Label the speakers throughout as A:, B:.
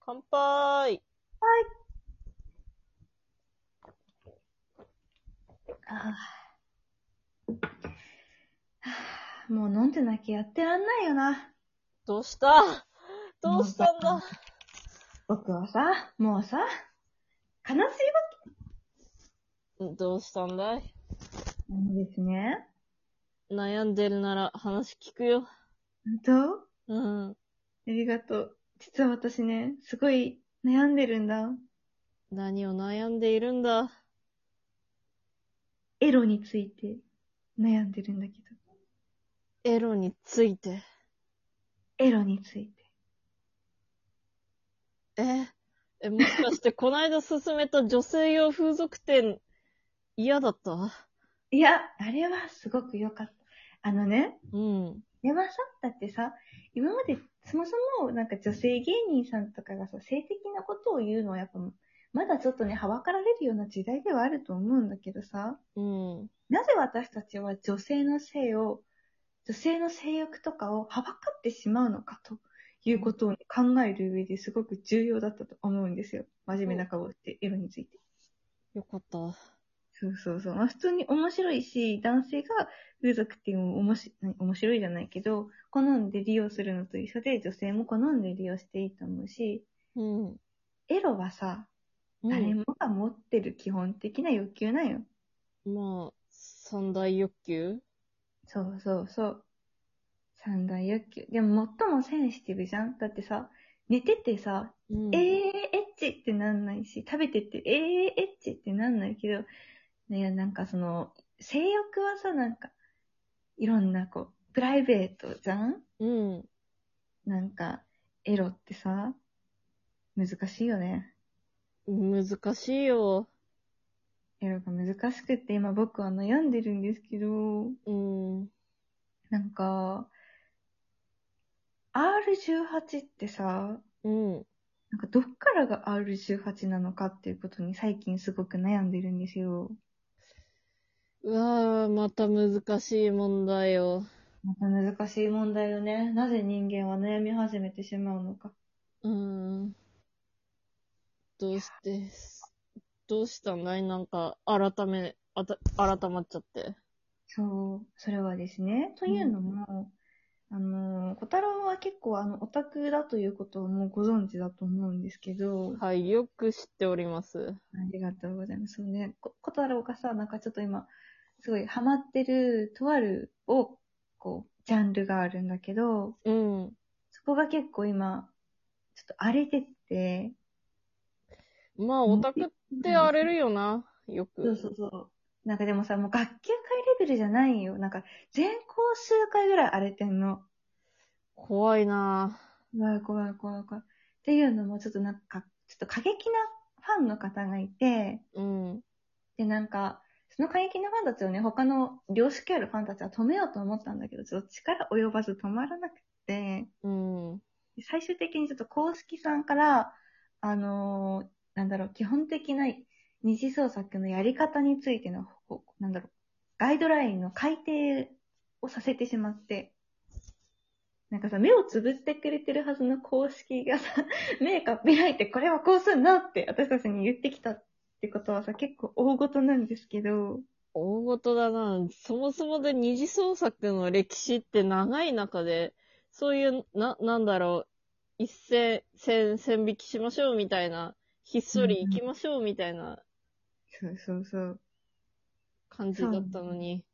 A: 乾杯
B: ああ。もう飲んでなきゃやってらんないよな。
A: どうした どうしたんだ
B: 僕はさ、もうさ、悲しいわ
A: どうしたんだい
B: けなんですね。
A: 悩んでるなら話聞くよ。
B: 本当
A: うん。
B: ありがとう。実は私ね、すごい悩んでるんだ。
A: 何を悩んでいるんだ
B: エロについて悩んでるんだけど。
A: エロについて。
B: エロについて。
A: え え、もしかしてこないだ勧めた女性用風俗店、嫌だった
B: いや、あれはすごく良かった。あのね、
A: うん。
B: ではさ、だってさ、今までそもそもなんか女性芸人さんとかがさ、性的なことを言うのはやっぱ、まだちょっとね、はばかられるような時代ではあると思うんだけどさ、
A: うん。
B: なぜ私たちは女性の性を、女性の性欲とかをはばかってしまうのかということをね考える上ですごく重要だったと思うんですよ。真面目な顔って、エロについて。
A: よかった。
B: そうそうそう。まあ普通に面白いし、男性が風俗っていうのを面白い面白いじゃないけど、好んで利用するのと一緒で、女性も好んで利用していいと思うし、
A: うん。うん
B: エロはさ、誰もが持ってる基本的な欲求なんよ。
A: まあ、三大欲求
B: そうそうそう。三大欲求。でも最もセンシティブじゃんだってさ、寝ててさ、
A: うん
B: えー、エッチってなんないし、食べてって、えー、エッチってなんないけど、いや、なんかその、性欲はさ、なんか、いろんなこう、プライベートじゃん
A: うん。
B: なんか、エロってさ、難しいよね。
A: 難しいよ。
B: エロが難しくって、今僕は悩んでるんですけど、
A: うん。
B: なんか、R18 ってさ、
A: うん。
B: なんかどっからが R18 なのかっていうことに最近すごく悩んでるんですよ。
A: うわぁ、また難しい問題を。
B: また難しい問題よね。なぜ人間は悩み始めてしまうのか。
A: うん。どうして、どうしたんだいなんか、改め、あた、改まっちゃって。
B: そう、それはですね。というのも、あの、小太郎は結構あの、オタクだということをもうご存知だと思うんですけど、
A: はい、よく知っております。
B: ありがとうございます。そうね、こ小太郎がさ、なんかちょっと今、すごいハマってる、とあるを、こう、ジャンルがあるんだけど、
A: うん。
B: そこが結構今、ちょっと荒れてって、
A: まあ、オタクって荒れるよな。よく。
B: そうそうそう。なんかでもさ、もう学級会レベルじゃないよ。なんか、全校数回ぐらい荒れてんの。
A: 怖いな
B: うわ怖い怖い怖い。っていうのも、ちょっとなんか、ちょっと過激なファンの方がいて、
A: ぁ。うん。
B: で、なんか、その過激なファンたちをね、他の良識あるファンたちは止めようと思ったんだけど、ちょっと力及ばず止まらなくて、
A: うん。
B: で最終的にちょっと公式さんから、あのーなんだろう、基本的な二次創作のやり方についての、こうなんだろう、ガイドラインの改定をさせてしまって、なんかさ、目をつぶってくれてるはずの公式がさ、 目かっぴらいて、これはこうすんなって私たちに言ってきたってことはさ、結構大事なんですけど、
A: 大事だな。そもそもで二次創作の歴史って長い中で、そういう、な、なんだろう、一線、線、線引きしましょうみたいな、ひっそり行きましょうみたいな
B: そうそうそう。
A: 感じだったのに。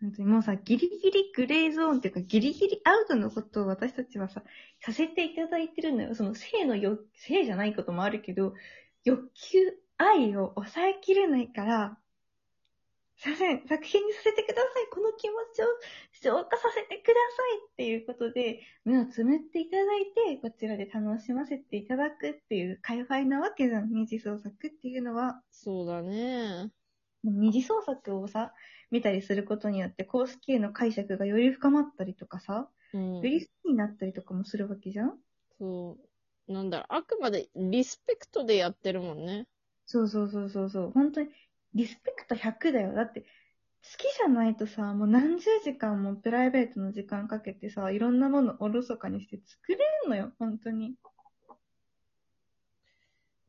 B: 本当にもうさ、ギリギリグレーゾーンっていうか、ギリギリアウトのことを私たちはさ、させていただいてるのよ。その性の欲、性じゃないこともあるけど、欲求、愛を抑えきれないから、させん、作品にさせてください。この気持ちを消化させてくださいっていうことで、目をつむっていただいて、こちらで楽しませていただくっていう界隈なわけじゃん。二次創作っていうのは。
A: そうだね。
B: 二次創作をさ、見たりすることによって、公式への解釈がより深まったりとかさ、
A: うん
B: よ。り好きになったりとかもするわけじゃん
A: そう。なんだろう、あくまでリスペクトでやってるもんね。
B: そうそうそうそうそう。本当に、リスペクト100だよ。だって、好きじゃないとさ、もう何十時間もプライベートの時間かけてさ、いろんなものをおろそかにして作れるのよ、本当に。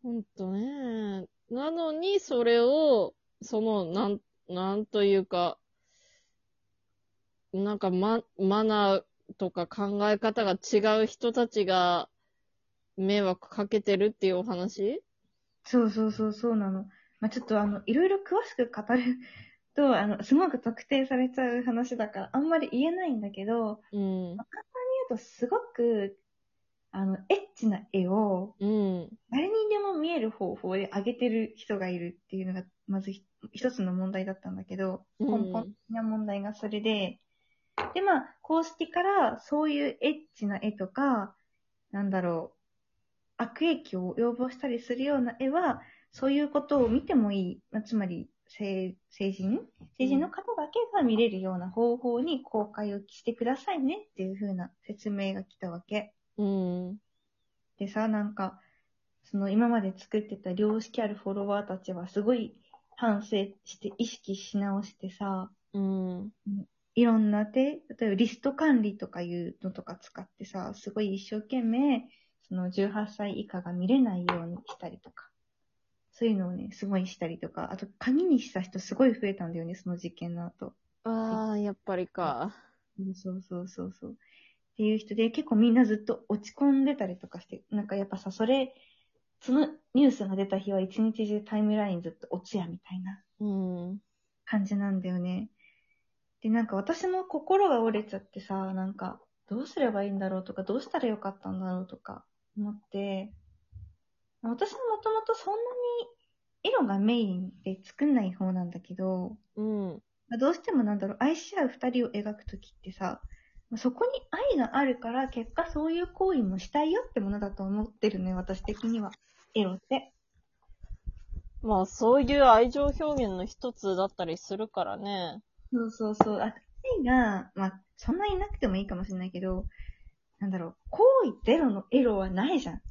A: ほんとね。なのに、それを、その、なん、なんというか、なんか、ま、マナーとか考え方が違う人たちが、迷惑かけてるっていうお話
B: そうそうそう、そうなの。まあ、ちょっとあの、いろいろ詳しく語ると、あの、すごく特定されちゃう話だから、あんまり言えないんだけど、
A: うん。
B: 言うとすごく、あの、エッチな絵を、
A: うん。
B: 誰にでも見える方法で上げてる人がいるっていうのが、まずひ一つの問題だったんだけど、
A: う
B: 根
A: ん
B: 本的な問題がそれで、で、まあ、公式からそういうエッチな絵とか、なんだろう、悪影響を要望したりするような絵は、そういうことを見てもいい、まあ、つまり成成人成人の方だけが見れるような方法に公開をしてくださいねっていう風な説明が来たわけ。
A: うん。
B: でさ、なんか、その今まで作ってた良識あるフォロワーたちはすごい反省して意識し直してさ、
A: うん。
B: いろんな手、例えばリスト管理とかいうのとか使ってさ、すごい一生懸命、その18歳以下が見れないようにしたりとか、そういうのをね、すごいしたりとか、あと鍵にした人すごい増えたんだよね、その事件の後。
A: ああ、やっぱりか。
B: うんそうそうそうそう。っていう人で、結構みんなずっと落ち込んでたりとかして、なんかやっぱさ、それ、そのニュースが出た日は一日中タイムラインずっと落ちやみたいな
A: うん。
B: 感じなんだよね。で、なんか私も心が折れちゃってさ、なんかどうすればいいんだろうとか、どうしたらよかったんだろうとか思って、私ももともとそんなに色がメインで作んない方なんだけど、
A: うん。
B: まあどうしてもなんだろう、愛し合う二人を描くときってさ、まあそこに愛があるから、結果そういう行為もしたいよってものだと思ってるね、私的には。エロって。
A: まあ、そういう愛情表現の一つだったりするからね。
B: そうそうそう。あ愛が、まあ、そんなになくてもいいかもしれないけど、なんだろう、行為ゼロのエロはないじゃん。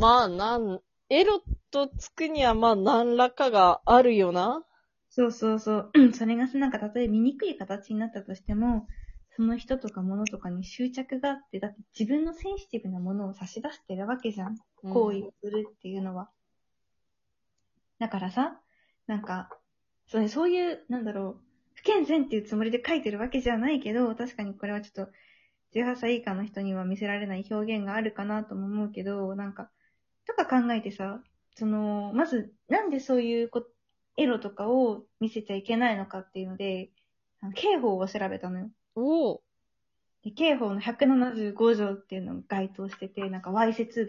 A: まあ、なん、エロとつくには、まあ、何らかがあるよな。
B: そうそうそう。それがさ、なんか、例えば醜い形になったとしても、その人とか物とかに執着があって、だって自分のセンシティブなものを差し出してるわけじゃん。行為をするっていうのは。だからさ、なんか、そうねそういう、なんだろう、不健全っていうつもりで書いてるわけじゃないけど、確かにこれはちょっと、18歳以下の人には見せられない表現があるかなとも思うけど、なんか、とか考えてさ、その、まず、なんでそういうこエロとかを見せちゃいけないのかっていうので、あの刑法を調べたのよ。
A: うん。おう
B: で刑法の175条っていうのが該当してて、なんか、わいせつ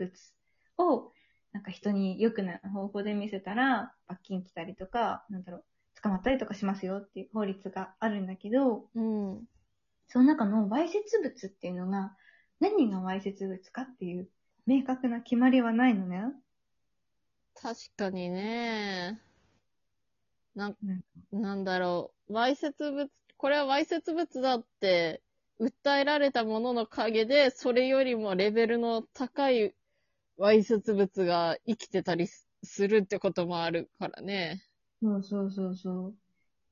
B: 物を、なんか人に良くない方法で見せたら、罰金来たりとか、なんだろう、捕まったりとかしますよっていう法律があるんだけど、
A: うん。
B: その中のわいせつ物っていうのが、何がわいせつ物かっていう、明確な決まりはないのね。
A: 確かにね。なん
B: うん、
A: なんだろう。わいせつ物、これはわいせつ物だって、訴えられたものの陰で、それよりもレベルの高いわいせつ物が生きてたりすするってこともあるからね。
B: そうそうそうそう。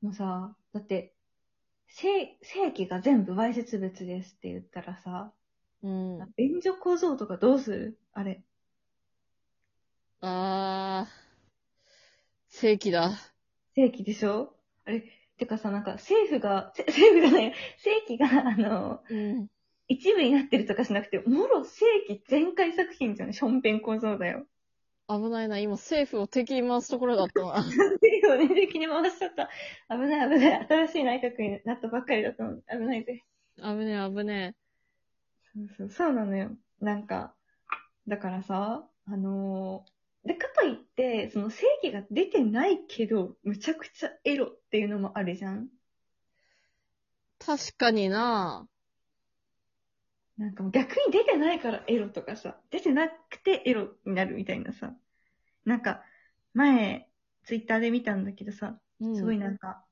B: もうさ、だって、性、性器が全部わいせつ物ですって言ったらさ、
A: うん。
B: 援助構造とかどうするあれ。
A: あー、正規だ。
B: 正規でしょあれ、てかさ、なんか政府が、せ政府じゃない、正規が、あの、
A: うん。
B: 一部になってるとかしなくて、もろ正規全開作品じゃん、ションペン構造だよ。
A: 危ないな。今、政府を敵に回すところだった な。
B: 政府をね、敵に回しちゃった。危ない危ない。新しい内閣になったばっかりだったの。危ないぜ。
A: 危ねえ、危ね
B: そうそう、そうなのよ。なんか、だからさ、あのーで、かといって、その正義が出てないけど、むちゃくちゃエロっていうのもあるじゃん
A: え。確かにな。
B: なんかもう逆に出てないからエロとかさ、出てなくてエロになるみたいなさ。なんか、前、ツイッターで見たんだけどさ、
A: うん、
B: すごいなんか、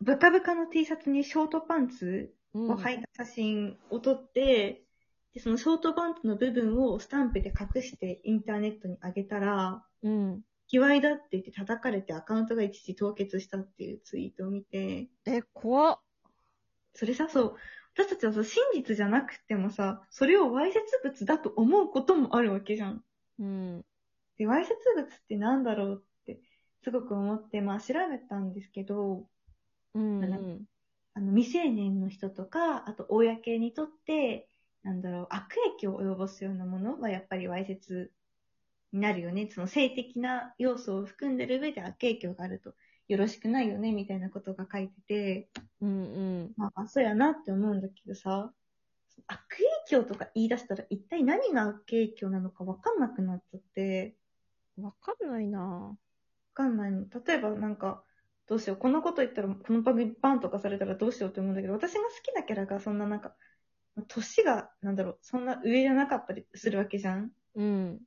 B: ブカブカの T シャツにショートパンツ
A: うん、
B: を履いた写真を撮って、で、そのショートパンツの部分をスタンプで隠してインターネットに上げたら、
A: うん。
B: 卑猥だって言って叩かれてアカウントが一時凍結したっていうツイートを見て、
A: え、怖っ。
B: それさ、そう、私たちはさ、真実じゃなくてもさ、それをわいせつ物だと思うこともあるわけじゃん。
A: うん。
B: で、わいせつ物ってなんだろうって、すごく思って、まあ調べたんですけど、
A: うん。
B: なんかあの、未成年の人とか、あと、公にとって、なんだろう、悪影響を及ぼすようなものはやっぱりわいせつになるよね。その性的な要素を含んでる上で悪影響があるとよろしくないよね、みたいなことが書いてて、
A: うんうん。
B: まあ、そうやなって思うんだけどさ、悪影響とか言い出したら一体何が悪影響なのかわかんなくなっちゃって、
A: わかんないな
B: わかんないの。例えばなんか、どうしよう。このこと言ったら、この番組バンとかされたらどうしようって思うんだけど、私が好きなキャラがそんななんか、年が、なんだろう、そんな上じゃなかったりするわけじゃん
A: うん。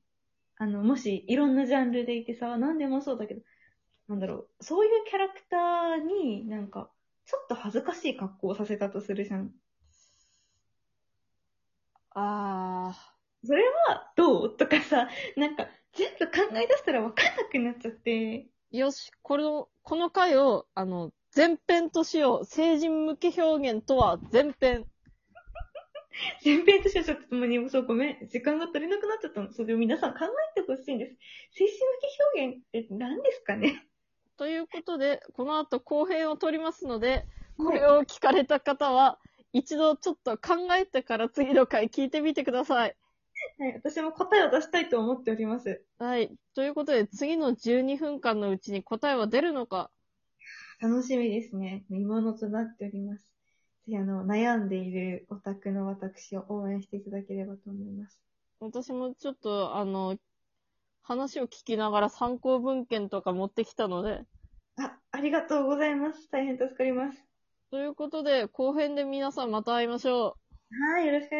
B: あの、もしいろんなジャンルでいてさ、何でもそうだけど、なんだろう、そういうキャラクターになんか、ちょっと恥ずかしい格好をさせたとするじゃん。
A: あ
B: それはどうとかさ、なんか、全部考え出したら分かんなくなっちゃって。
A: ー。よし、これを、この回を、あの、前編としよう。成人向け表現とは前編。
B: 前編としてはちょっともうそうごめん。時間が足りなくなっちゃったの。それを皆さん考えてほしいんです。精神向け表現って何ですかね
A: ということで、この後後編を取りますので、これを聞かれた方は、一度ちょっと考えてから次の回聞いてみてください。
B: はい、私も答えを出したいと思っております。
A: はい。ということで、次の12分間のうちに答えは出るのか。
B: 楽しみですね。見物となっております。ぜひあの、悩んでいるオタクの私を応援していただければと思います。
A: 私もちょっと、あの、話を聞きながら参考文献とか持ってきたので、
B: あ、ありがとうございます。大変助かります。
A: ということで、後編で皆さんまた会いましょう。
B: はい、よろしく